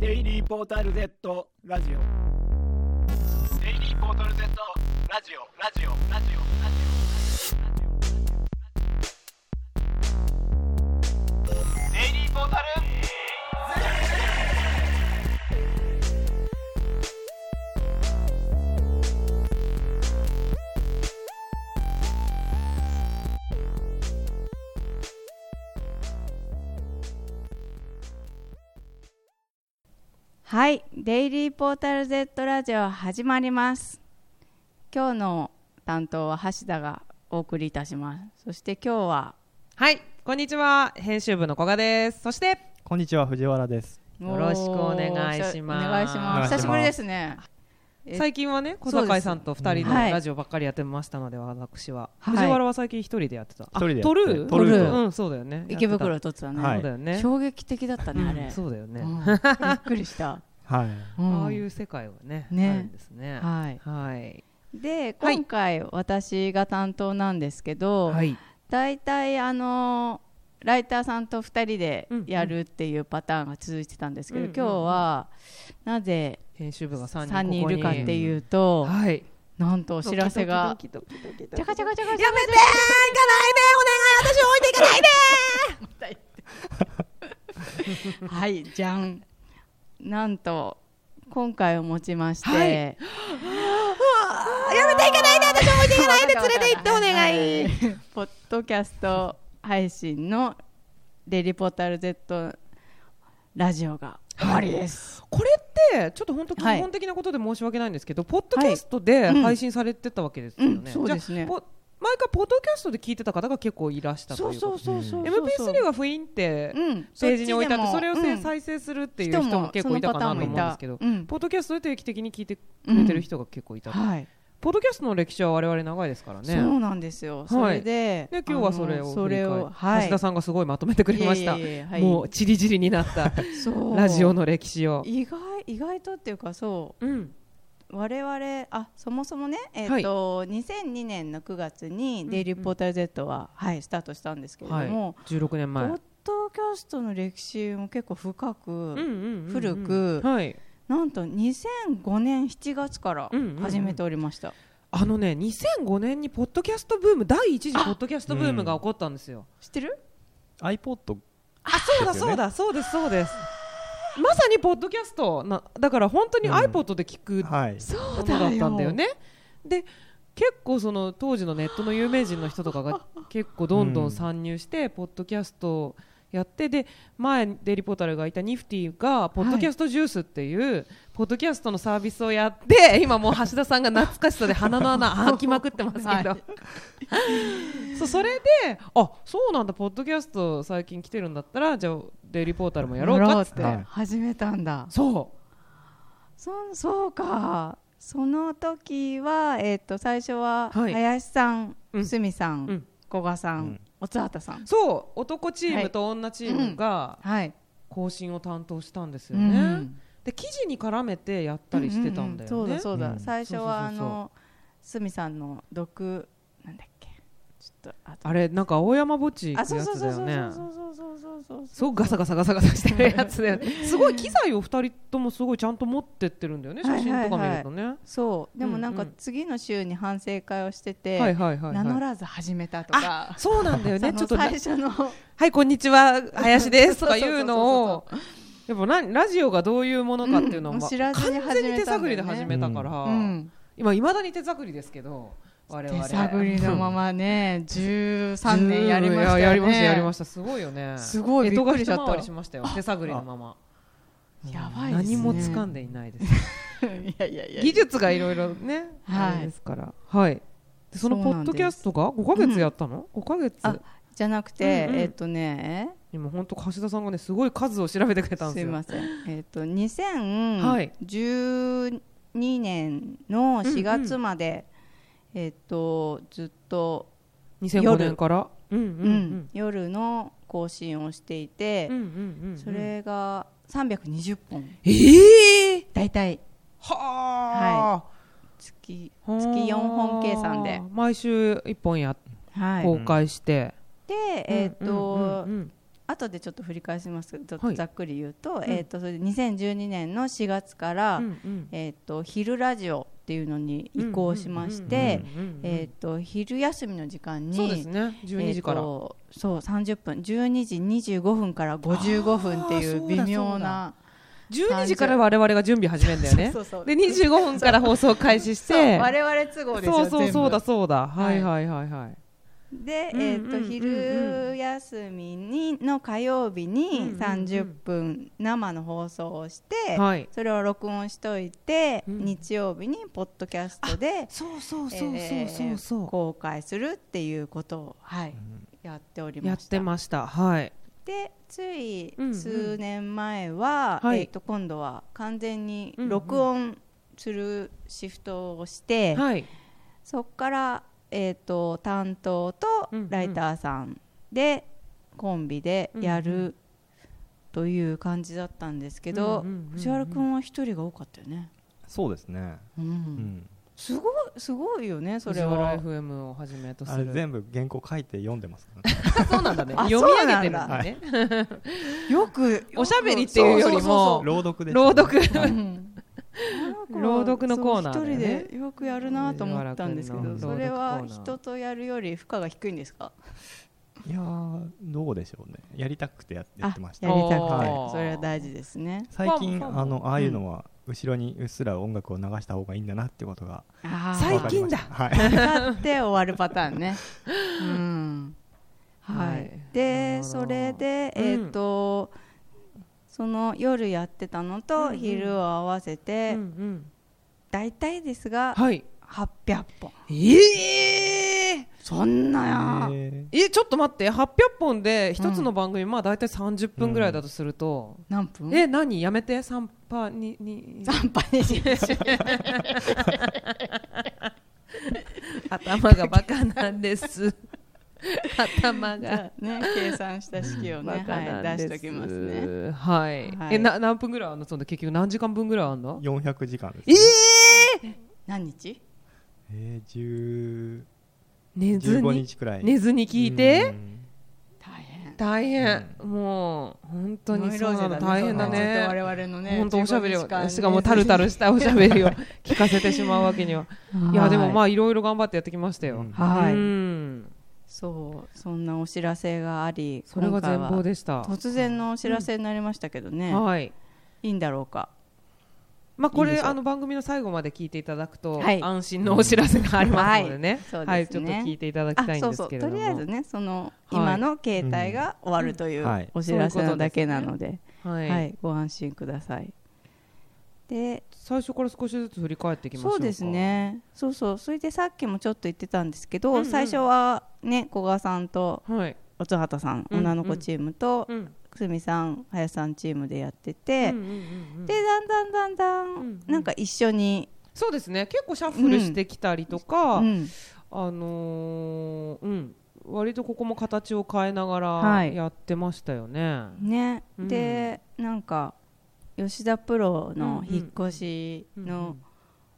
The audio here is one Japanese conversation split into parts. デイリーポータル Z ラジオデイリーポータル Z ラジオラジオラジオラジオデイリーポータルはい、デイリーポータル Z ラジオ始まります。今日の担当は橋田がお送りいたします。そして今日ははい、こんにちは、編集部の古賀です。そして、こんにちは藤原です。よろしくお願いしますお願いします。お願いします久しぶりですね。え最近はね、小そうです坂井さんと二人のはいラジオばっかりやってましたので、私は。はい藤原は最近一人でやってた。一人でやってあ撮る。撮るうん、そうだよね。池や袋ってとつはた。はそね、うだよね。衝撃的だったねあうんれ。そうだよねう。 んびっくりした。はい。うんああいう世界はね、あねるんですね。はい。はい。ではい今回私が担当なんですけど、い。だいたいあのライターさんと2人でやるっていうパターンが続いてたんですけど、うんうん今日はなぜ編集部が三人3人いるかってう。いうと、はい。なんとお知らせがドキドキドキドキドキドキちゃかちゃかちゃかちゃかやめてー行かないでお願い私置いていかないではいじゃんなんと今回をもちまして、はいやめていかないで私置いていかないで連れて行ってお願いはいポッドキャスト配信の「デリポータル Z ラジオ」が終わりです、これってちょっと本当基本的なことで申し訳ないんですけど、ポッドキャストで配信されてたわけですよね、うんそうですねじゃあポ毎回ポッドキャストで聞いてた方が結構いらしたということそうそうそうそう MP3 が封印ってうんページに置いてあってそれをせ、うん再生するっていう人も結構いたかなと思うんですけど、人もそのパターンもいたうんポッドキャストで定期的に聞いてくれてる人が結構いたと、はい、ポッドキャストの歴史は我々長いですからねそうなんですよ、それでで今日はそれあをの振そりれ返をるはい橋田さんがすごいまとめてくれましたいえいえいえはいもうチリチリになったそうラジオの歴史を、意外意外とっていうかそううん、我々あそもそもね、えっと2002年の9月に「デイリー・ポータル Z は」はい、スタートしたんですけれどはいも、 16年前ポッドキャストの歴史も結構深く、うんうんうんうん古くはい、なんと2005年7月からうんうんうん始めておりました、あのね2005年にポッドキャストブーム第一次ポッドキャストブームが起こったんですよ、知ってる iPod あそうだそうだそうですそうですまさにポッドキャストなだから本当にうん iPod で聞くもはい。のだったんだよね、で結構その当時のネットの有名人の人とかが結構どんどん参入してポッドキャストをやってで前デイリーポータルがいたニフティがポッドキャストジュースっていうポッドキャストのサービスをや って今もう橋田さんが懐かしさで鼻の穴開きまくってますけ どはそうそれであそうなんだポッドキャスト最近来てるんだったらじゃあデイリーポータルもやろうかっつってやろうっ始めたんだそそそうかその時は、えっと最初ははい林さん、うん鷲見さん、うん古賀さん、うんおつはたさんうそう男チームと女チームがはい、更新を担当したんですうよんね、うんで記事に絡めてやったりしてたんだよね、うううそうだそうだ、うん最初はあそうそうそうそうのすみさんの毒なんだっけちょっとあとあれなんか青山墓地行あくそうやそうつだそうそうよねそうそうそうそうそうすごくガサガサガサガサしてるやつだよねすごい機材を二人ともすごいちゃんと持ってってるんだよねはい写はい真とか見るとね、はそうでもなんうかんうん次の週に反省会をしていて、はいはいはい名乗らず始めたとか そうなんだよねそちょのっとな最初のはい、こんにちは、林ですとか言うのそうを、でもなラジオがどういうものかっていうのうんも、知らずに完全に手探りで始始めめたたんだかよねうら、ん今、いまだに手探りですけど、我手々探りのままね13年やりましたよいねややりました、やりました、すごいよね。すごいえびっとがくり一しちゃった回りしましたよ、手探りのまま。やばいですね何も掴んでいないです。いやいやいや技術がいろいろね、はいあれですから。はい。でそのポッドキャストが5ヶ月やったの ?5 ヶ月。あじゃなくて、うんうんえっとね今本当橋田さんがね、すごい数を調べてくれたんすでいすよ。ません。えっ、と2012年の4月まで、えっ、とずっと、 2005年から。うんうんうん夜の更新をしていて、それが320本ええだいたいはあ、月はあ月4本計算で毎週1本やはい公開して、でえっ、と、うんうんうんうん後でちょっと振り返しますけど、はいざっくり言うと,、んえー、とそれで2012年の4月から、うんえー、と昼ラジオっていうのに移行しましうてうんうんうんえーと昼休みの時間にそうですね12時から、えーとそう30分12時25分から55分っていあーうそうだ微妙な12時から我々が準備始めるんだよね そうそうそうで25分から放送開始しそうて我々都合ですよそうそうそう全だそうだははいいはいはいはい部で、うんえうー、んうんうとん昼休みにの火曜日うんうんうにん30分生の放送をして、はいそれを録音しといて、うん日曜日にポッドキャストでそうそうえー公開するっていうことを、はいやっておりやまっしたてましたはいでついうんうん数年前は、はいえー、と今度は完全に録音するシフトをして、はいそこから、えー、と担当とうんうんライターさんでコンビでやうんうるという感じだったんですけど、うんうんうんうん藤原君は一人が多かったよね。そうですね。う、うんん。すごいすごいよねそそれれはは。 FM をはじめとすあれる全部原稿書いて読んでますからね。あそうなんだねあ読み上げてるんだね、よくおしゃべりっていうよりそうそうそもうそう朗読です。朗読はいうん朗読のコーナーだよねそう一人でよくやるなと思ったんですけうどんそれ朗は読コーナー人とやるより負荷が低いんですかいやーどうでしょうね。やりたくてややってましあたや。りたくて、はいそれは大事ですね最近ファンファンあのああいうのは後ろにうっすら音楽を流した方がいいんだなってことが分最あかりました。はい。使って終わるパターンねうんはい、はいなるでほどそれでうんえっ、と、その夜やってたのうんうとん昼を合わせて、うんうん大体ですがはい800本ええそんなやえーえちょっと待って800本で一つの番組、まあ大体30分ぐらいだとすると、何分え何やめて3パー にに3杯にしましょう頭がバカなんです 頭がね、計算した式をバね、カなはんい、出です、しておきますね。はい、はいえな何分ぐらいあんのその結局何時間分ぐらいあんの400時間ですえね。何日？えー、寝ず10 15に日くらい。寝ずに聞いてうん大変。大変、もう本当にそうなの大変だずっとね我々のね、本当おしゃべり15時間をしかもタルタルしたおしゃべりを聞かせてしまうわけにはいやでもまああいろいろ頑張ってやってきましたうよ、んはいうんそう、そんなお知らせがあり、それが全今貌回はでした突然のお知らせになりましたけどね、はいいいんだろうか。まあこれいいでしょうあの番組の最後まで聞いていただくと、はい安心のお知らせがありますのでね、そうですねはいちょっと聞いていただきあたいんそうですそうけれどともりあえずねその、はい今の携帯が終わるといううんはいお知らせなだけなので,、はい、はい、ご安心くださいで最初から少しずつ振り返っていきましょうかそうですねそうそうそれでさっきもちょっと言ってたんですけど、うんうん最初はね古賀さんとはい、おつはたさん、うんうん女の子チームと、うんくすみさん林さんチームでやってうんうて、んうんうんでだんだんだんだん、うんうんなんか一緒に、そうですね結構シャッフルしてきたりとか、うんあのーうん割とここも形を変えながらはいやってましたよね、ね、うんでなんか吉田プロうんうのん引っ越しうんうのん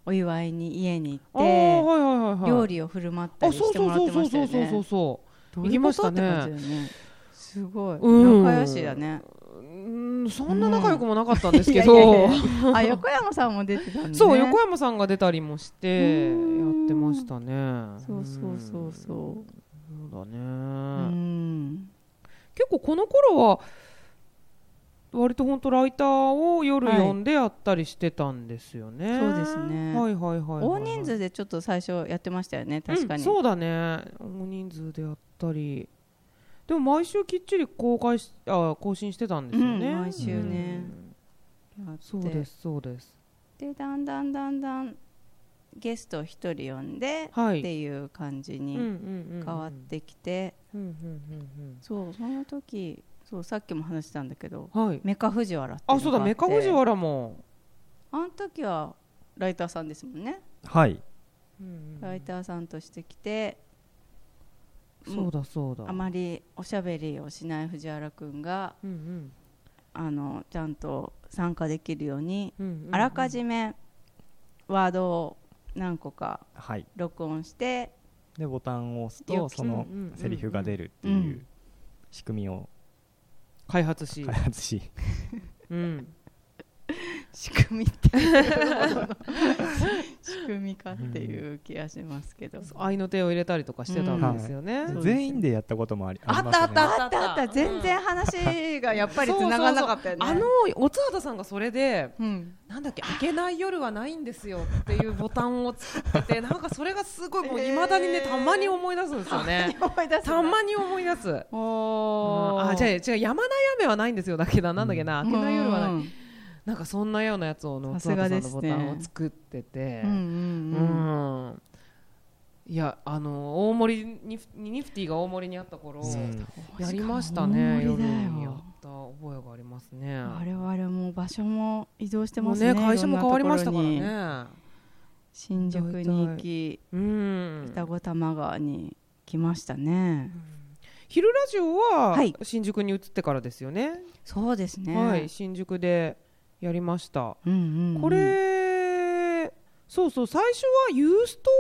お祝いに家にあ行ーって、はいはいはいはい料理を振る舞ったありそしうてそもうらっそてまうしたそようそうそね。どううそ行いきうまこしとたってね感じだよねすごいうん仲良しだね。ううんそんな仲良くもなかったんですけいやいどやいやあ横山さんも出てたんだねそう横山さんが出たりもしてうやんってましたねそうそうそうそうんそうだね、ううん結構この頃は割と本当ライターを夜はい読んでやったりしてたんですよね、そうですねはいはいはいはいはい、大人数でちょっと最初やってましたよね確かうんにそうだね大人数でやったりでも毎週きっちり公開しあ更新してたんですよね、うん毎週ねうんやってそうですそうですでだんだんだんだんゲストを一人呼んではいっていう感じに変変わってきてうんうんそうその時そうさっきも話したんだけどうんうんはいメカ藤原っていあのがそうだってメカ藤原もあの時はライターさんですもんねはい。ライターさんとして来てうんそうだそうだあまりおしゃべりをしない藤原くんがうんうんあのちゃんと参加できるようにうんうんうんあらかじめワードを何個かはい。録音してでボタンを押すよときそのうんうんうんうんセリフが出るっていう仕組みを開発し開、発しうん、仕組みっていうものの 仕組みかっていう気がしますけど、愛の手を入れたりとかしてたんですよね。はい全員でやったこともありああっりまたあすったねああっったたああっったた全然話がやっぱりつながなかったよねあのおつはたさんがそれでうん、なんだっけ開けない夜はないんですよっていうボタンを作っ ててなんかそれがすごいもうえーいまだにねたまに思い出すんですよね。思い出すたまに思い出す。おーあじゃあ違う止まない雨はないんですよだけどなんだっけな開けない夜はない。なんかそんなようなやつをのさつはすがたさんでのすボねタンを作っててう。んううんうんんいやあの大盛りニフニフティが大盛りにあった頃。うんやりました大ね。盛り夜だよにやった覚えがありますね。我々も場所も移動してもまうすねね会社も変わりましたからいろんなところにね。新宿に行きうん。二子玉川に来ましたね、昼ラジオははい新宿に移ってからですよね。そうですね、はい、新宿でやりました。うんうんうんこれそうそう最初はユースト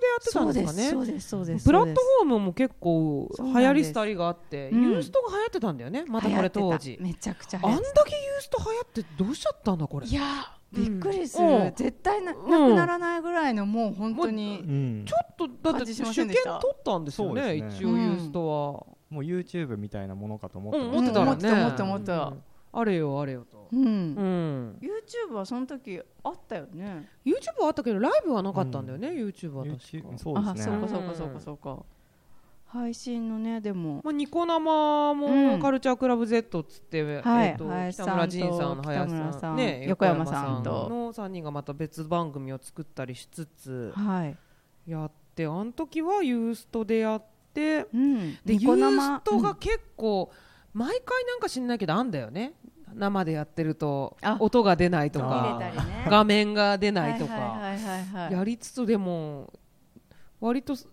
でやってたんですかね。そうですそうですプそラうッですトフォームも結構流そうなんです行りしたりがあって、うんユーストが流行ってたんだよね。またこれ当時流行ってた。めちゃくちゃ流あん行っだてけユースト流行ってどうしちゃったんだこれたい。やーびっくりする、うん絶対ななうんくならないぐらいのもう本当に、うんちょっとだっ感てじ主しませ権んでし取たったんですよそうねですね一応うんユーストもう YouTube みたいなものかと思っは、うてん、ま持ってしたうん思らねってた思ってた思ってたうんあれよあれよと、うんうん YouTube はその時あったよね YouTube はあったけどライブはなかったんだよね、YouTube は確か YouTube そうであすそうねかそうかそうかそうか、配信のねでもまあ、ニコ生うもんカルチャークラブ Z っつって、はいえーと林北村さんと仁さん林北村ささん、んね、横山さんとの3人がまた別番組を作ったりしつつはい、やってあの時はユーストでやってうん、でユニコ生ーストうがん結構、毎回なんか知んないけどあんだよね生でやってるとあ音が出ないとあ入かれたりね画面が出ないとか、はいはいはいはいはいやりつつでも割とす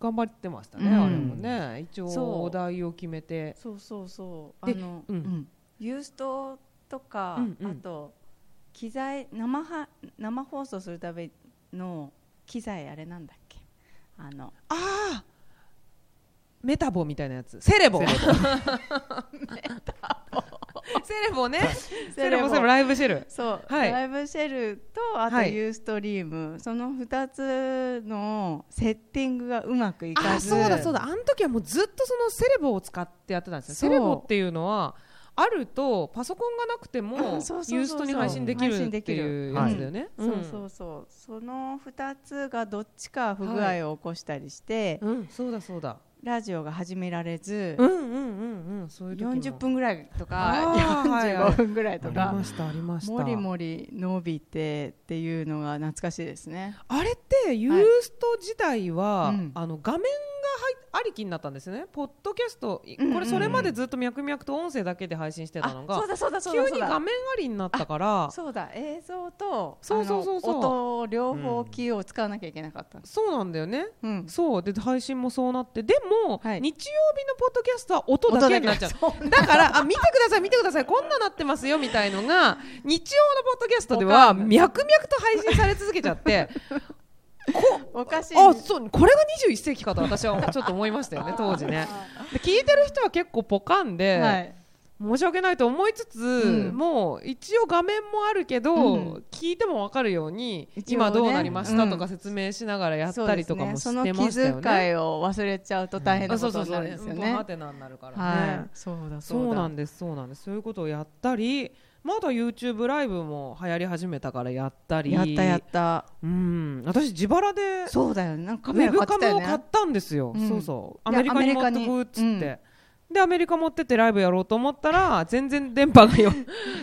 頑張ってましたね、うんあれもね一そう応お題を決めてそうそうそうあでの、ううんん、ユーストとか、うんうんあと機材生は生放送するための機材あれなんだっけあのああメタボみたいなやつセレボセレ ボねセレボセレボライブシェルそう、はいライブシェルとあとはいユーストリーム、その2つのセッティングがうまくいかあずそうだそうだあの時はもうずっとそのセレボを使ってやってたんですよセレボそうっていうのはあるとパソコンがなくてもうんそうそうそうそうユーストに配信できるっていうやつだよね、そうそうそうその2つがどっちか不具合を起こしたりして、うん、うん、そうだそうだラジオが始められず、うんうんうんうんそういう時も40分ぐらいとあかーはいはい45分ぐらいとありかましたありましたもりもり伸びてっていうのが懐かしいですね。あれってユースト自体は、うんあの画面がはいありきになったんですよねポッドキャスト、いうんうんこれそれまでずっと脈々と音声だけで配信してたのあそがうだそうだそうだ急そうに画だ面ありになったからそうだ映像とそうそうそうそうあの音を両方キーを使わなきゃいけなかったんです。そうなんだよねうん、そうで配信もそうなってでも、はい日曜日のポッドキャストは音だけになっちゃうそうだからあ見てください見てくださいこんななってますよみたいのが日曜のポッドキャストでわかはんない脈々と配信され続けちゃ っておかしいあそうこれが21世紀かと私はちょっと思いましたよね 当時ねで聞いてる人は結構ポカンで、はい、申し訳ないと思いつつ、うんもう一応画面もあるけど、うん聞いても分かるように、一応ね今どうなりましたとか説明しながらやったりとかもしてそまうしたでよすねね。その気遣いを忘れちゃうと大変なことになるんですよあそうそうそうねハ。テナになるからね。はい、そうだそうなんですそうなんですそういうことをやったりまだ YouTube ライブも流行り始めたからやったりやったやった。うん私自腹でそうだよね。なんかウカメェラブ買っカてたよムを買っね。たんですよ、うんそうそうアいやメリカに持ってくっつって、でアメリカ持ってってライブやろうと思ったら全然電波 がよ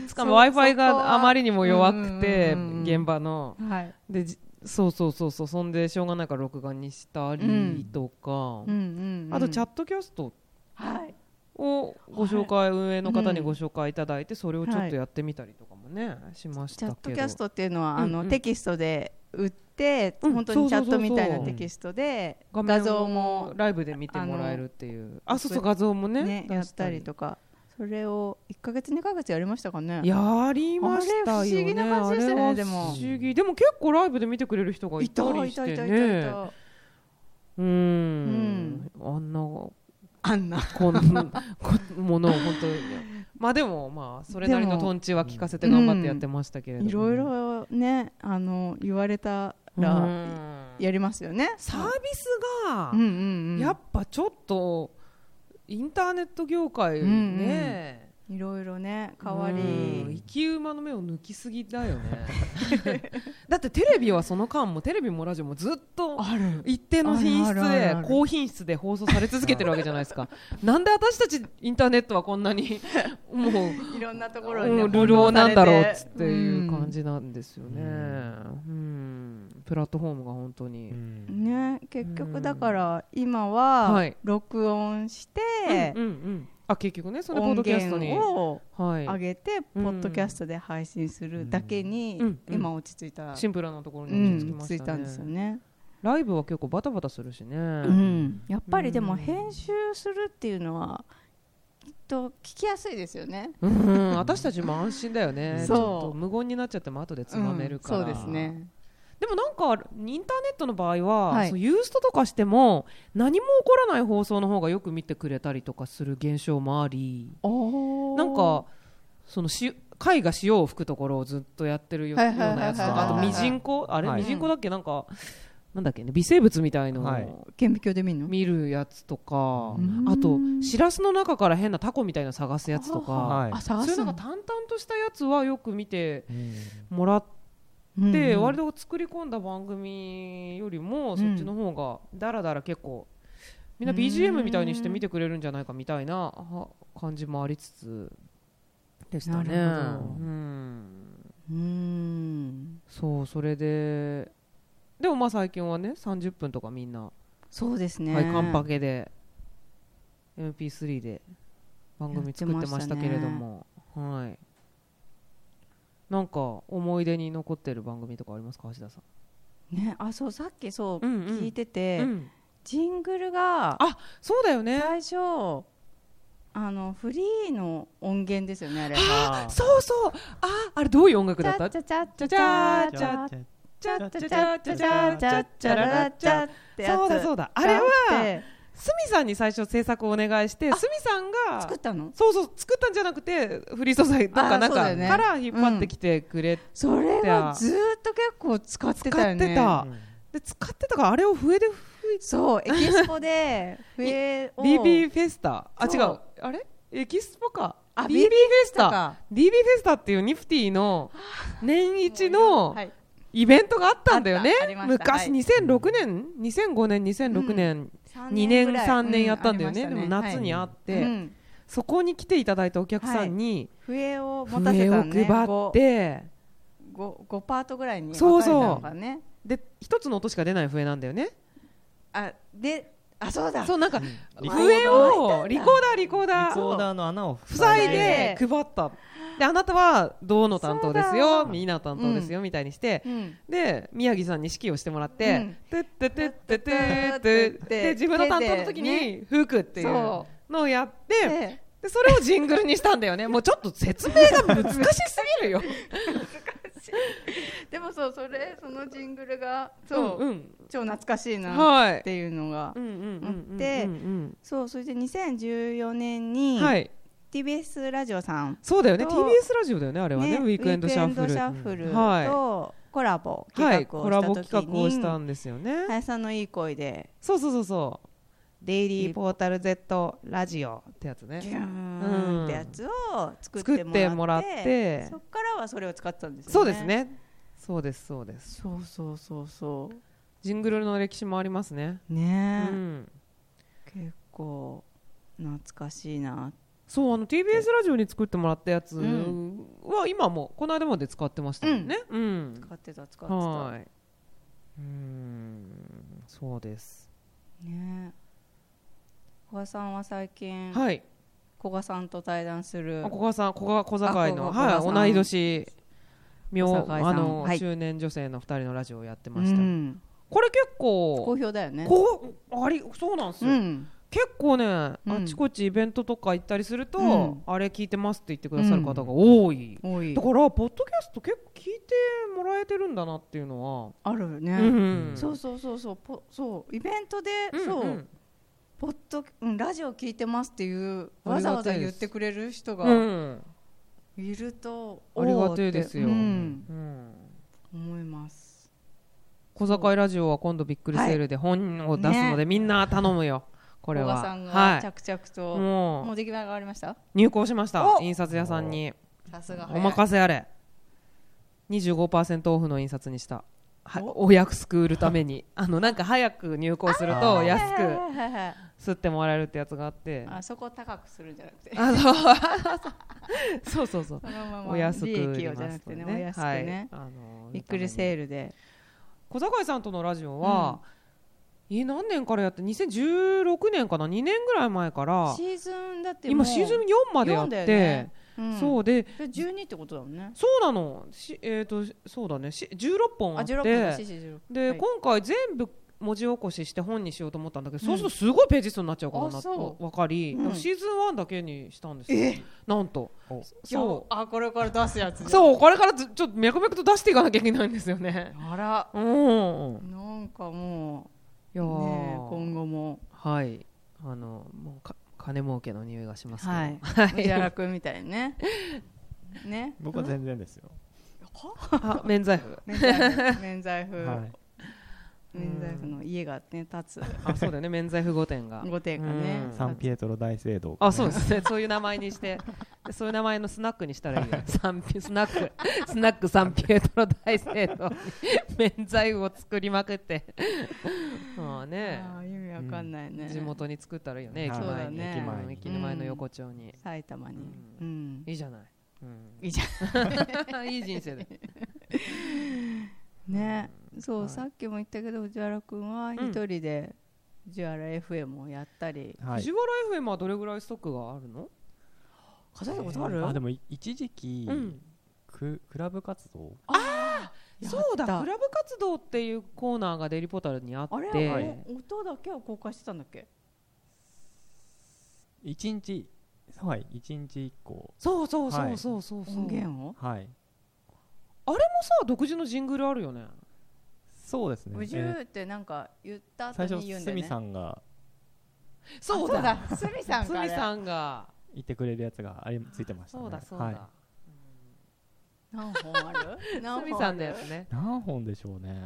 つかもそう w i f i そこがはあまりにも弱くてうんうんうんうん現場のはい。でじそうそうそうそうそんでしょうがないから録画にしたりとか、うんうん、うん。あとチャッットキャストはい。をご紹介、運営の方にうんご紹介いただいてそれをちょっとやってみたりとかもね、しましチたャけッどトキャストっていうのは、あうんうのんテキストで売って、うん本当にチャットみたいそうそなうそうテキストで、画面を画像もライブで見てもらえるっていうあそうそうそう画像もねねやったりとか、それを一ヶ月二ヶ月やりましたかね。やりましたよ、ね、あれ不思議な感じでしたねあれはでも不思議でも結構ライブで見てくれる人がいいたたりいしてたいねたいたいた。うーんあんなあんなこんこものを本当にまあでもまあそれなりでのもトンチは聞かせて頑張ってやってましたけれども、いろいろねあの言われたうらんやりますよね。サービスがうんうんうん、やっぱちょっとインターネット業界ね、いろいろね変わうんり生き馬の目を抜きすぎだよね だってテレビはその間もテレビもラジオもずっとある一定の品質あるあるである高品質で放送され続けてるわけじゃない ですかなんで私たちインターネットはこんなに もういろんなところにねうん流浪なんだろうっつっていううん感じなんですよね、ううんんプラットフォームが本当に、ね結う局んだから今ははい録音して、うんうんうんあ結局ねそのポッ音ドキャストに、源をはい、上げて、うんポッドキャストで配信するだけに、うんうん今落ち着いた、シンプルなところうに落ち着ん、きま落ち着しいたたね,、んですよね、ライブは結構バタバタするしね、うん、やっぱりでうもん編集するっていうのはきっと聞きやすいですよねうん、私たちも安心だよね。そうちょっと無言になっちゃっても後でつまめるから。うんそうです。ねでもなんかインターネットの場合は、はいそうユーストとかしても何も起こらない放送の方がよく見てくれたりとかする現象もあり、なんかそのし絵が塩を吹くところをずっとやってるよ,、はいはいはいはいようなやつとか、あとはいミジンコあれ、はいミジンコだっけなんかなんだっけね微生物みたいのはいを顕微鏡で見るの見るやつとか、うんあとシラスの中から変なタコみたいなの探すやつとか。はいあそ探ういうすなんのか淡々としたやつはよく見てうんもらっうんて、うん割と作り込んだ番組よりもそっちの方がだらだら結構みんなうん BGM みたいにして見てくれるんじゃないかみたいなは感じもありつつでしたね。なるほどうんうんそうそれででもまあ最近はね30分とかみんな、そうですね、はい、カンパケで MP3 で番組作ってましたけれども、はいなんか思い出に残ってる番組とかありますか橋田さん、ね、あそうさっきそう、うんうん聞いてて、うんジングルがあそうだよね最初あのフリーの音源ですよねあれあーそうそうああれどういう音楽チだャったチャチャチャチャャチチャャチャチャチャチャチャチャチャララチャってやつそうだそうだあれは鷲見さんに最初制作をお願いして鷲見さんが作ったのそうそう作ったんじゃなくてフリー素材とかあーなんそうだかよねから引っ張ってきてくれてそれはずーっと結構使ってた使よっねてたで使ってたからあれを笛で吹いそうエキスポで笛を BB フェスタあ違そううあれエキスポかあ BB フ BB ェスとタか BB フェスタっていうニフティの年一のはいイベントがあったんだよねあったありました昔はい2006年2005年2006年三2ぐ年らい3年やったんだようねあでりもました夏にあはっいてうんそこに来ていただいたお客さんに笛を持たせ笛たをね配って五五パートぐらいにそう分かそうれたのかねで一つの音しか出ない笛なんだよねあであそうだそうなんかリコ笛をリコーダーリコーダリーコーダーの穴を塞塞いいででで配ったであなたは銅の担当ですそうよだみんなの担当ですよ、みたいにしてうんで宮城さんに指揮をしてもらって、うんトゥットゥットゥットゥットゥットゥトゥッットゥットゥッで自分の担当の時に吹くっていうそのをやって、ででそれをジングルにしたんだよねもうちょっと説明が難しすぎるよでもそうそれそのジングルがそう、うんうん超懐かしいなっはいていうのが、うんうんうんうんでうんそうそれで2014年うにんはい TBS ラジオさん、そうだよねと TBS ラジオだよねあれはねウィークエンドシャッフウィークエンドルシャッフルはいとコラボは企い画コラボをした企時画をしに、たんですよね、林さんのいい声でそうそうそうそうデイリーポータル Z ラジオってやつギねューンってやつを作作ってってももららっっててそっからはそれを使ってたんですよねそうですねそうですそうですそうそうそうそジングルの歴史もありますねううね、ん結構懐かしいなそうあの TBS ラジオに作ってもらったやつうんは今もこの間まで使ってましたもんねうん使ってた使ってた、はいうんそうですね古賀さんは最近、はい古賀さんと対談するあ古賀さん古賀小坂井のあ古賀はい小坂井さん同い年小妙坂井さんあのはい中年女性の二人のラジオをやってまうしたんこれ結構好評だよねこうありそうなんですうよ、ん結構ね、うんあちこちイベントとか行ったりすると、うんあれ聞いてますって言ってくださる方が多い、多いだからポッドキャスト結構聞いてもらえてるんだなっていうのあるよは、ね、うんそうそうそうそうポそうイベントで、うんそううんポッド、うん、ラジオ聞いてますっていうあわりがたいですざわざ言ってくれる人うがん、いると、ありがたいですよ、おうーってうんん思います小坂井ラジオは今度びっくりセールで本を出すので、ねみんな頼むよここれはさんがは着々いと、もうもう出来上がりました入稿しましたお印刷屋さんにさすが早おい任せあれ25%オフの印刷にしたはおお安く売るためにあのなんか早く入稿すると安はいくはいはいはい吸ってもらえるってやつがあってあそこを高くするんじゃなく てあそうそうそうそうそのままお安く利売益りをじゃまなすくてのでねねお安くはいね、あのびっくりセールで小坂井さんとのラジオは、え何年からやって2016年かな2年ぐらい前からシーズンだってもう今シーズン4までやっ四だて、よねうんそうでで12ってことだもんねそうなのしえっ、とそうだねし16本ああって16分だし16で、はい今回全部文字起こしして本にしようと思ったんだけど、うそんうするとすごいページ数になっちゃうからなあそと分かり、うんシーズン1だけにしたんですよなんとおそあこれから出すやつううそうこれからずちょっと脈々と出していかなきゃいけないんですよねあらうんなんかもいやうーねえ今後もはいあのもうか金儲けの匂いがしますけど、はい藤原君みたいに ねね僕は全然ですよ。あ免罪符免罪符免罪符はい。免罪符の家がね立つあそうだよね免罪符御殿が御殿がねうんサンピエトロ大聖堂。あそうですね そういう名前にしてでそういう名前のスナックにしたらいいよサンピスナックスナックサンピエトロ大聖堂に免罪符を作りまくってまあねあー意味わかんないね地元に作ったらいいよねはい駅そうだ前に、ね駅前うんに駅の前の横丁に、埼玉にううんいいじゃない、うんいいじ いい人 生でねそう、はいさっきも言ったけど藤原君は一人で藤原 FM をやったり、はい。藤原 FM はどれぐらいストックがあるの数えたえことある、ーあでもい一時期うんククラブ活動やったそうだクラブ活動っていうコーナーがデイリーポータルにあってあれ、ははい音だけは公開してたんだっけ一日はい一日一個そうそうそうそうそうそう、音あれも源をはいさ独自のジングルあるよねそうですね。無え重ーってなんか言った後最初に言うんだ鷲よ見ねさんがそうだあそうだ鷲見さん鷲か見らさんが言ってくれるやつがありついてましたね。そうだそうはいだ何本ある何鷲見本さあんのやるつね何本でしょうね。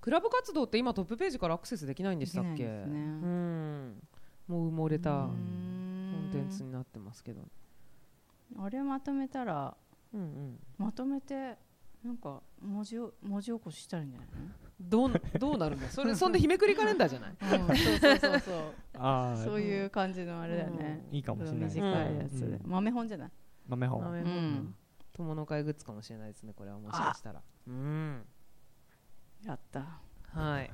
クラブ活動って今トップページからアクセスできないんでしたっできけないですねうんもう埋もれたうコんンテンツになってますけどあれまとめたらうんうんまとめてなんか文字を文字起こししたらいいんじゃど うどうなるんだよそれそんで日めくりカレンダーじゃないない の、うん、そうそうそうそうああそういう感じのあれだよね、いいかもしれないです短ね。いやつで、うん豆本じゃない、豆本。豆ううんん友の会グッズかもしれないですねこれはもしかしたらうんやったはい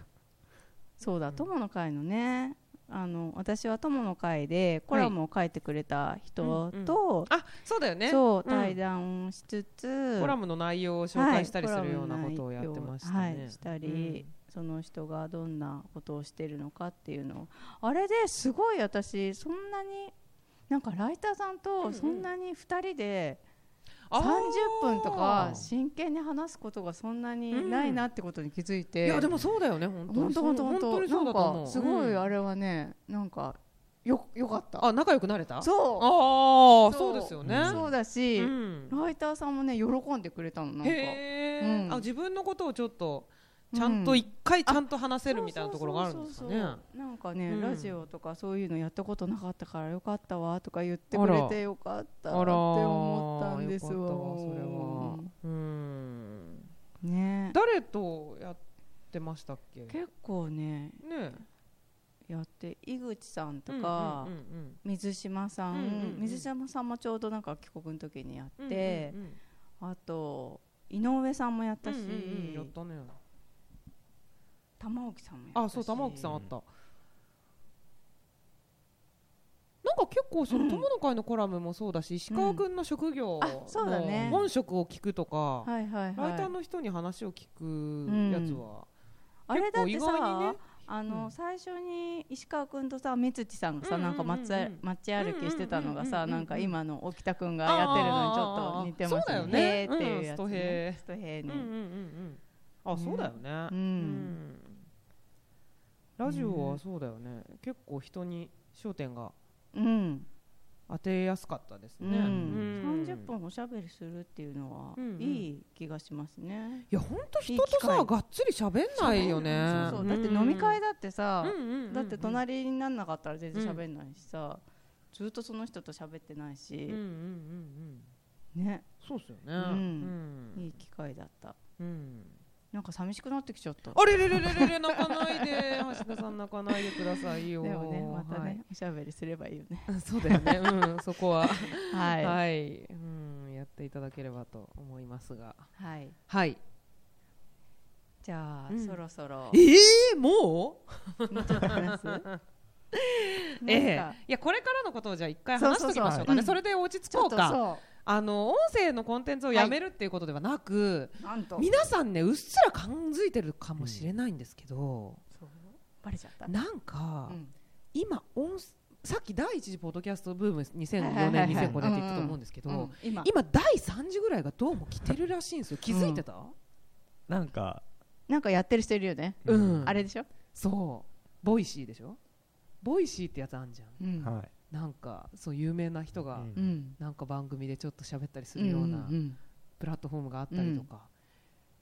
そうだ友の会のねあの私は友の会でコラムを書いてくれた人と、あそうだよねそう、ん対談をしつつコラムの内容を紹介したりするようなことをやってましたはいコラムの内容をねはい、したり、その人がどんなことをしてるのかっていうのをあれですごい私そんなになんかライターさんとそんなに2人で30分とか真剣に話すことがそんなにないなってことに気づいて、いやでもそうだよね本当本に当本当本当にそうだとな思んうかすごいうんあれはね、なんかよよかったあ仲良くなれたうそうあそうあそうですよねそうだし、うんライターさんもね喜んでくれたのなんかへうえんあ自分のことをちょっとちゃんと一回ちゃんと話せるみたいなところがあるんですかそうねそうそうそうなんかね、うんラジオとかそういうのやったことなかったからよかったわとか言ってくれてよかったって思ったんですわあらよかったわそれはうんね誰とやってましたっけね結構ねえやって井口さんとか、うんうん水島さん,、うんうんうん水島さんもちょうどなんか帰国の時にやうんうんってう、んうんうんあと井上さんもやったし、うんうんうんやったね玉置さんもやったしあそう玉置さんあったなんか結構その友の会のコラムもそうだし石川君の職業あそうだねの本職を聞くとかはいはいライターはいの人に話を聞くんやつはあれだって結構意外にさねあの、うん最初に石川君とさ三土さんがさ、うんうんうんうんなんか街あ街歩きしてたのがさ、うんうんうんうんなんか今の沖田君がやってるのにちょっと似てますあーそうだよねへーっていうやつ、うんストヘーストヘーうんに、うんうんうんあそうだよねうんうんラジオはそうだよね、結構人に焦点がうん、当てやすかったですうね、ん、30い分おしゃべりするっていうのはうんうんいい気がしますね。や本当人とさいい機会がっつり喋んないよねそうそうだって飲み会だ、だってさ、うんうんうんうんだって隣になんなかったら全然喋んないしさ、ずっとその人と喋ってないうんうんし、うんうんねそうっすよね、んうんいい機会だったうんなんか寂しくなってきちゃったあれれれれれれ泣かないで橋田さん泣かないでくださいよでもねまたね、おしゃべりすればいいよねはい そうだよねうんそこはははいい、はい、うん、やっていただければと思いますがはいじゃあ、うんそろそ ろええもうもうちょっと話す ええなんかいやこれからのことをじゃあ一回そう話しそうそうときましょうかねそうんれで落ち着ちょこっうとかそあの音声のコンテンツをやめるっていうことではなく、うなんと皆さんねうっすら感づいてるかもしれないんですけど、そうバレちゃったなんか、うん今音さっき第一次ポッドキャストブームはい2004はい年はいはい2005年って言ったと思うんですけど、うん今今第3次ぐらいがどうも来てるらしいんですよ気づいてた、なんか、なんかやってる人いるよね、うんあれでしょ、そうボイシーでしょボイシーってやつあんじゃんうんはなんかそう有名な人が、うんうんなんか番組でちょっと喋ったりするようなうん うんプラットフォームがあったりとか、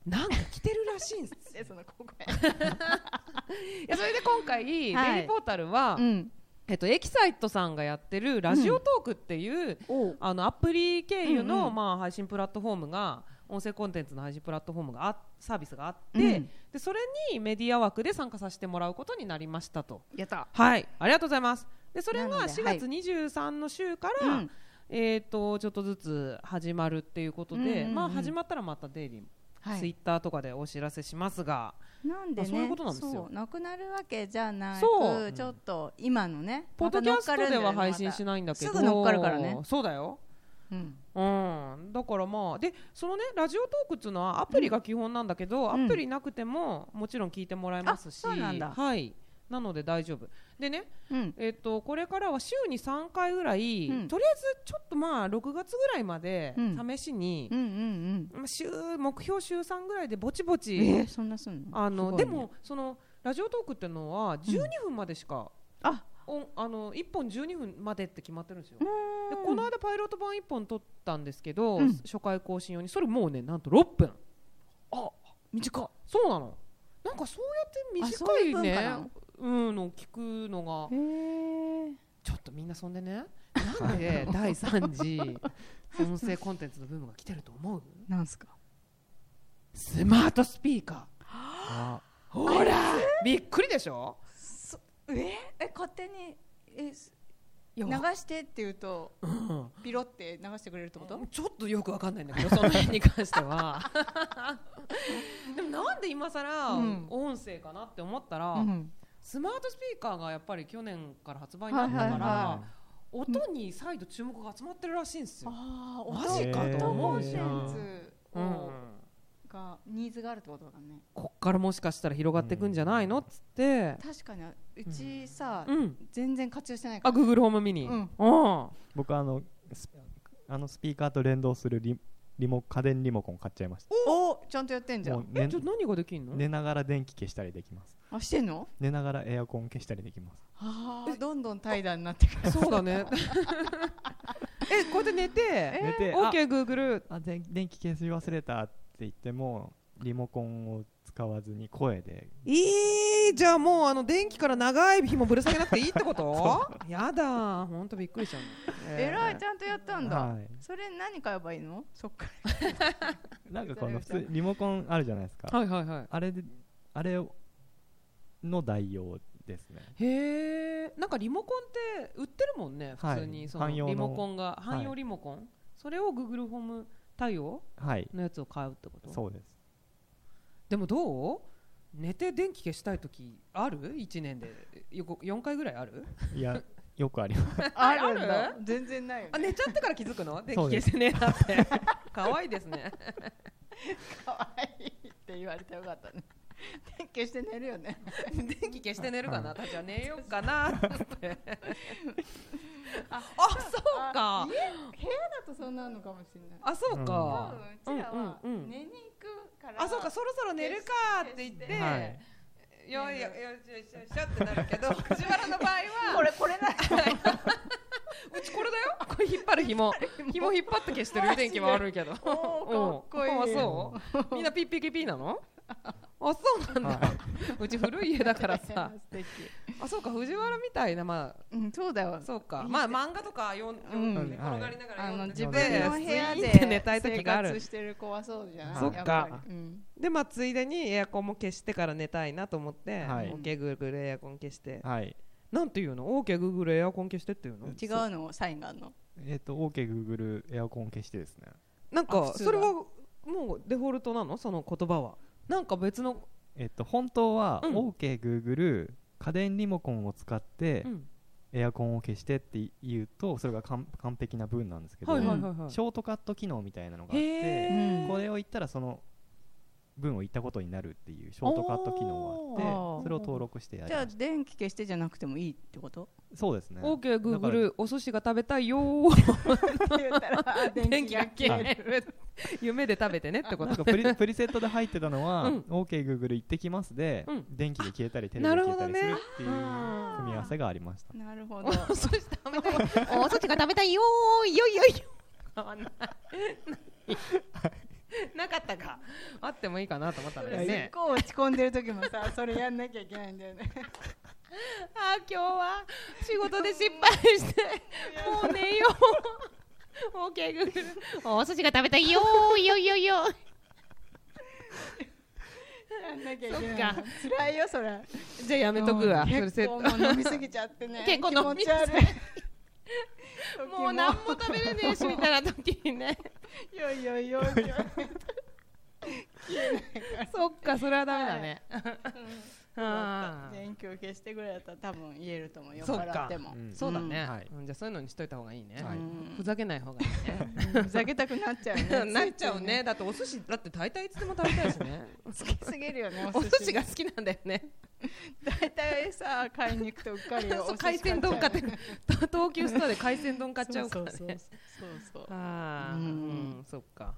なんか来てるらしいんですうんよでそのここへ いやそれで今回、はいデイリーポータルは、うんえっと、エキサイトさんがやってるラジオトークっていう、おあのアプリ経由の、うんうんまあ、配信プラットフォームが音声コンテンツの配信プラットフォームがあサービスがあって、うんでそれにメディア枠で参加させてもらうことになりましたとやったはいありがとうございますでそれなのがで4はい月23の週から、うんえー、とちょっとずつ始まるっていうことで、うんうんうんまあ、始まったらまたデイリー、はツイッいターとかでお知らせしますがなんでねあそういうことなんですよそうなくなるわけじゃなそうくちょっと今のねポッドキャストでは配信しなないんだけど、すぐ乗っかるからねそうだようんうん、だからまあでそのねラジオトークっていうのはアプリが基本なんだけど、うんアプリなくてももちろん聞いてもらえますしあそうなんだはい、なので大丈夫でね、うんえっとこれからは週に3回ぐらい、うんとりあえずちょっとまあ6月ぐらいまでうん試しにうんう、んまあ週目標週3ぐらいでぼちぼうんち、えーそんなすんのあのすごいねでもそのラジオトークっていうのは12分までしか、あおあの1本12分までって決まってるんですよ。うでーんこの間パイロット版1本撮ったんですけど、うん初回更新用にそれもうねなんと6分あ短っそうなのなんかそうやあってそういう文化短いねなのうんのを聞くのがへえちょっとみんなそんでねなんで 第3次音声コンテンツのブームが来てると思うなんすかスマートスピーカあーほらびっくりでしょそええ勝手にえすい流やしてって言うとうんピロって流してくれるってことちょっとよくわかんないんだけどその辺に関し てはでもなんで今更うん音声かなって思ったら、うんスマートスピーカーがやっぱり去年から発売になったから、はいはいは音に再度注目が集まってるらしいんですよ。ああマジかと思うじゃんコンテンツうんをがニーズがあるってことだねこっからもしかしたら広がっていくんじゃないのっつって、確かにうちさ、うん、全然活用してないかあら Google ホームミニ、うんうん僕あのスあのスピーカーと連動するリリモ家電リモコン買っちゃいましおちゃんとやってんじたゃもうんえ寝ちょっと何ができんの、寝ながら電気消したりできますあしてんの寝ながらエアコン消したりできますあーどんどん怠惰になってくるそう だねえこうやって寝て寝て OKGoogle あ電電気消し忘れたって言ってもリモコンを使わずに声でいいじゃあもうあの電気から長い紐ぶら下げなくていいってこと やだほんとびっくりしちゃうえらいちゃゃんとやったんだ、はいそれ何買えばいいのそっかなんかこの普通リモコンあるじゃないですかはいはいはあれであれの代用ですねいへえんかリモコンって売ってるもんねはい普通にその汎用のリモコンがい汎用リモコン、それを Google ホーム対応はいのやつを買うってことそうですでもどう寝て電気消したい時ある1年でよこ4回ぐらいあるいやよくあります あるんだ全然ないよあね寝ちゃってから気づくの電気そう消でしてねえなって 可愛いですね可愛いって言われてよかったね電気消して寝るよね電気消して寝るかな、はじゃあ寝ようかなって。ああ、そうあか家。部屋だとそんなのかもしれないあ、そう多か分。うちらはうんうんうん寝に行くから、あ、そうか、そろそろ寝るかって言って。消してはいいやいやいやよしよしよしよってなるけど藤原の場合はこれこれだ うちこれだよこれ引っ張る紐紐引っ張って消してる電気もあるけどおーかっこいいうんあそうみんなピッピキピーなのあそうなんだ、はうち古い家だか らさ素敵あそうか藤原みたいなまうんそうだよあそうかまあ漫画とか読ん読うんんで転がりながらあ読のんで自て分での部屋スイーンでって寝たい時があ生活るしてる子はそうじゃないそっかやぱりうんでまあついでにエアコンも消してから寝たいなと思ってはい OK グーグルエアコン消してはいなんていうの OK グーグルエアコン消してっていうの違うのサインがあるのえっと OKGoogle エアコン消してですねなんかあ普通だそれはもうデフォルトなのその言葉はなんか別の、えっと本当はうん OKGoogle 家電リモコンを使ってうんエアコンを消してって言うとそれが完完璧な文なんですけどはいシはョいはいはいートカット機能みたいなのがあってへーこれを言ったらその文を言ったことになるっていうショートカット機能があおってーそれを登録してやりじゃあまし電気消してじゃなくてもいいってことたそうですね OK グーグルお寿司が食べたいよ言ったらー電気が消える 夢で食べてねって こなんとかプ リプリセットで入ってたのはうん「OKGoogle 行ってきます」でうん電気で消えたりテレビなでる消ほえたどねりするっていうあー組み合わせがありましたなるほお ど寿司食べたい お寿司が食べたいよーいよいよいよ合わない なかったかあってもいいかなと思ったのそでれすっねごい落ち込んでる時もさそれやんなきゃいけないんだよねあー今日は仕事で失敗して もう寝よう OK グーグルお寿司が食べたいよーいよいよいよやんなきゃいけそなっいか辛いよそれじゃあやめとくわそれ結セット構もう飲みすぎちゃってね結構飲み気持ち悪いもう何も食べれねえしみたいな時にねよいよいよいよ いそっかそれはダメだね、あー電気を消してぐらいだったら多分言えると思う酔っそっか払ってもうんそうだね、うんはいうんじゃあそういうのにしといた方がいいね、はいうんふざけない方がいいねうんふざけたくなっちゃうね なっちゃうねだってお寿司だって大体いつでも食べたいしねついついね好きすぎるよね おお寿寿司司がが好きなんだよね大体さ買いに行くとうっかりそうよ海鮮丼買ってる東急ストアで海鮮丼買買っちゃうからねそうそうそうああううんんそっか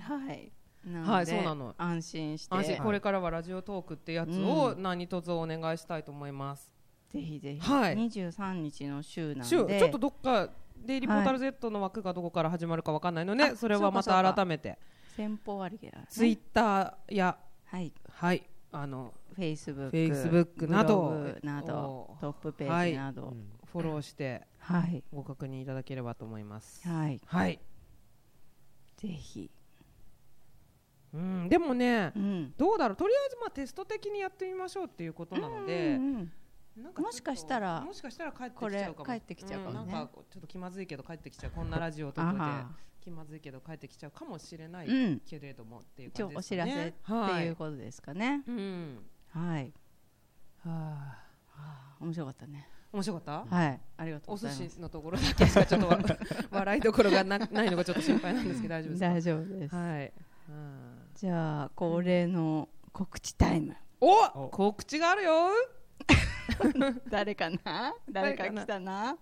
はいなはのいでそうなの安心して安心はいこれからはラジオトークってやつをう何卒お願いしたいと思いますぜひぜひはい23日の週なんでちょちょっとどっかデイリーポータル Z の枠がどこから始まるかわかんないので、あそれはまそうかそたうか改めて先方ありげだねツイッターやはいはいあのフェイスブック Facebook などなおどートップペはーいジなうどんフォローしてはいご確認いただければと思いますはいはい、ぜひうん、でもねうんどうだろうとりあえずまあテスト的にやってみましょうっていうことなので、うんうんなんかちょっもとしかしたらもしかしたら帰ってきちゃうかもこれ帰ってきちゃうかもねんなんかちょっと気まずいけど帰ってきちゃうこんなラジオとあかはで気まずいけど帰ってきちゃうかもしれないうんけれどもっていう一感応じでおす知からせっねていうことですかねはい、うんはいはあ面白かったね面白かった、はいありがとうおご寿ざいます司のところだけしかちょっ とわ笑いどころがなないのがちょっと心配なんですけど大丈夫ですか大丈夫ですはい、うんじゃあ恒例の告知タイムおお告知があるよ誰かな誰か来たな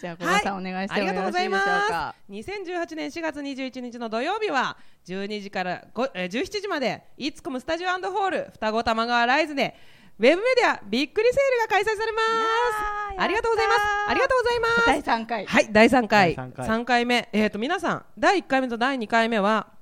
じゃあ小はい田さんお願いしてもよろしいでしょうか2018年4月21日の土曜日は12時からごえー17時までイッツコムスタジオアンドホール双子玉川ライズでウェブメディアびっくりセールが開催されますありがとうございますありがとうございます第3回はい第3第回三回三回目えっ、と皆さん第1回目と第2回目は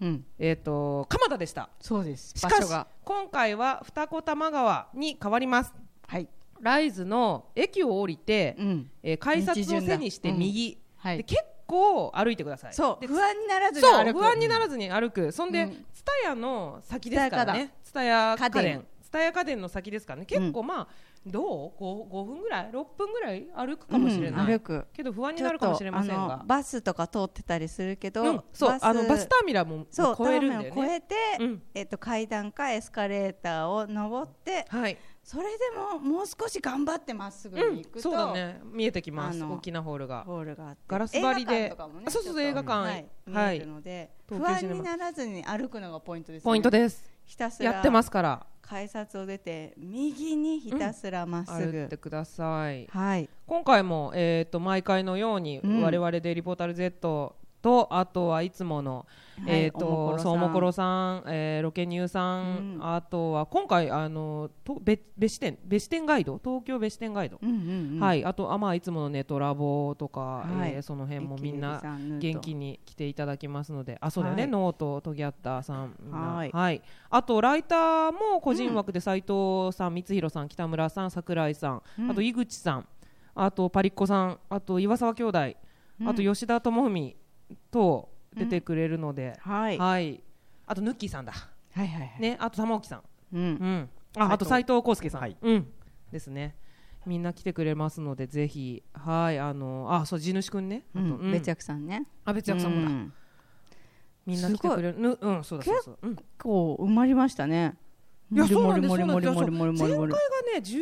うんえっ、と鎌田でしたそうですし場か所しが今回は二子玉川に変わりますはいライズの駅を降りて、うんえー改札道を順だ背にして右、はでい結構歩いてくださいそうで不安にならずにそう歩く不安にならずに歩くそんでうん蔦屋、の先ですからね蔦屋家家電電蔦屋家電の先ですからね結構まあ、どう 5, 5分ぐらい6分ぐらい歩くかもしれない、うん歩くけど不安にちょなっるかもとしれあませんのがバスとか通ってたりするけど、うん、そうあのバスターミラーもそう超えるんだよターミナルをね越えて、うんえっと階段かエスカレーターを登って、はい、それでももう少し頑張ってまっすぐうにん行くと、そうだね見えてきますあの大きなホールがホールがあってガラス張りで映画館とかもねあそうそうそうちょっと映画館ははいい、見えるので東不京安シネマにならずに歩くのがポイントです、ね、ポイントですひたすらやってますから改札を出て右にひたすらまっすぐ、歩いてくださいはい今回も、えー、と毎回のようにうん我々でリポータル Z とあとはいつもの、えっ、とそうおもころささん、えーロケニューさん、うんあとは今回あのと別別支店別支店ガイド東京別支店ガイド、んうんうんうん、はいいあとあまあいつものねトラボとか、はいえーその辺もみんな元元気に来ていただきますのであそうだよね、はいノートトギャッターさんみんなは、はいいあとライターも個人枠で斉藤さん、光弘さん北村さん桜井さん、うんあと井口さんあとパリッコさんあと岩沢兄弟、あと吉田智文と出てくれるので、はい、はいはいあとヌッキーさんだ、はいはい、ね、あと玉置さん、うんう、ん、ああと斉藤康介さん、はいうん、ですねみんな来てくれますのでぜひはいあのあそう地主くんねあうとんうんべちゃくさんね、あ別役さんもだ、うんみんな来てくれるぬうんそうだそうだそうだ、うん、こう埋まりましたね。いやそうなんですもりもりもりもりもりもりもりもり。前回がね11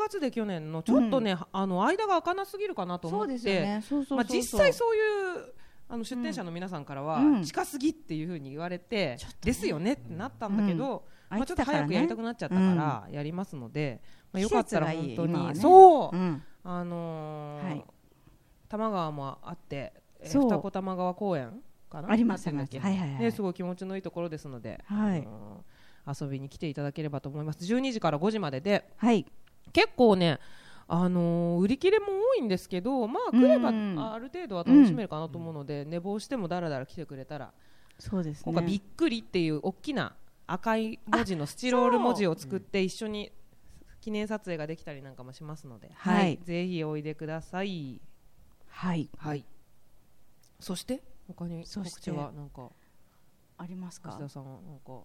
月で去年のちょっとね、あの間が開かなすぎるかなとそ思うってですよね。そうそうそうそう。まあ、実際そういうあの出店者の皆さんからは、うん近すぎっていうふうに言われて、ですよねってなったんだけど、うんまあ、ちょっと早くやりたくなっちゃったからやりますので、まあ、よかったら季節がい本い当に今はねそう、うん、あのーはい多摩川もあって、えーそう二子玉川公園かなありますありなまんすだっけはいはいはいね、すごい気持ちのいいところですので、はいあのー遊びに来ていただければと思います12時から5時までではい、結構ね、あのー売り切れも多いんですけどまあうん来ればあある程度は楽しめるかなと思うので、寝坊してもだらだら来てくれたらそうです今回ね。びっくりっていう大きな赤い文字のスチロール文字を作って一緒に記念撮影ができたりなんかもしますので、はいぜひおいでください。はい、はい。そして他にそ告し知てはなんかあります橋か田。さんなんか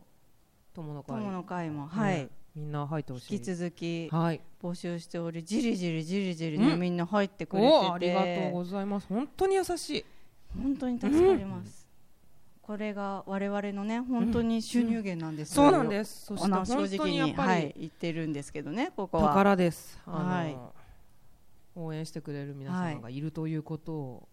友の会友の会もはい、うんみんな入ってほしい。引き続きはい。募集しており、じりじりじりじりね、うんみんな入ってくれてて、おーありがとうございます。本当に優しい。本当に助かります。これが我々のね本当に収入源なんですよ、そうなんです。そしあての正本当直にやっにぱはりい言ってるんですけどねここは宝です。あのはい応援してくれる皆様がいるということを。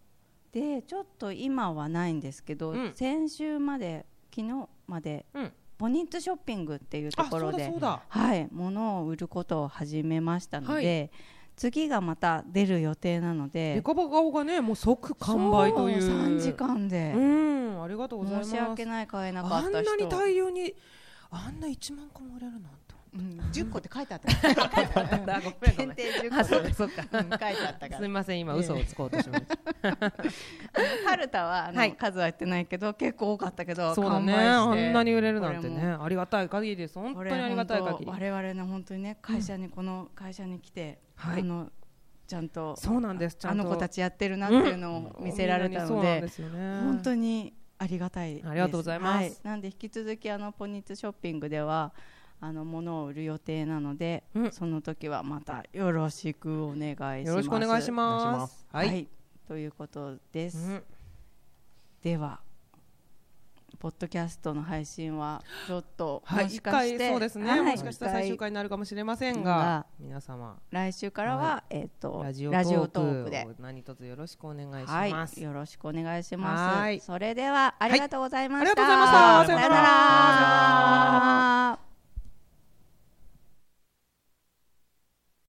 でちょっと今はないんですけど、うん先週まで昨日まで、うんボニットショッピングっていうとあ、こそろうだでそうだ。はい物を売ることを始めましたので、次がまた出る予定なのデでカバ顔がねもう即完売という。 3時。間で、うん、ありがとうございま申す。し訳ない買えなかあっんた人なに大量にあんな1万個も売れるなんて。うん、10個って書いてあった あごめんごめ限ん定10個あ、そっかそっか。うん書いてあったか すみらません、今嘘をつこうとしま した。カルタはあの、はい数はやってないけど結構多かったけどそうだね、完あ売してんなに売れるなんてこね、れありがたい限りです。本当こにれありがたい限本当我り。々ね本当にね会社にこの会社に来て、はいあのちゃんとそうなんです。ちゃあんとの子たちやってるなっていうのを見せられたのそうなんで,、ですよね。本当にありがたいですありがとうございますはなんで引き続きあのポニッツショッピングではあの物を売る予定なので、うんその時はまたよろしくお願いしますよろしくお願いしお願いしまますす。はい、はい。ということです、うんではポッドキャストの配信はちょっと、はい、も一しかし回てそうですね。はいもしかしたら最終一回回になるかもしれませんがが、皆様来週からは、えっ、とラジオトトーーククでを何卒よろしくお願いしはますい、。よろしくお願いしはまいす。それではありがとうございました。はいありがとうございさましたよさよううなならら。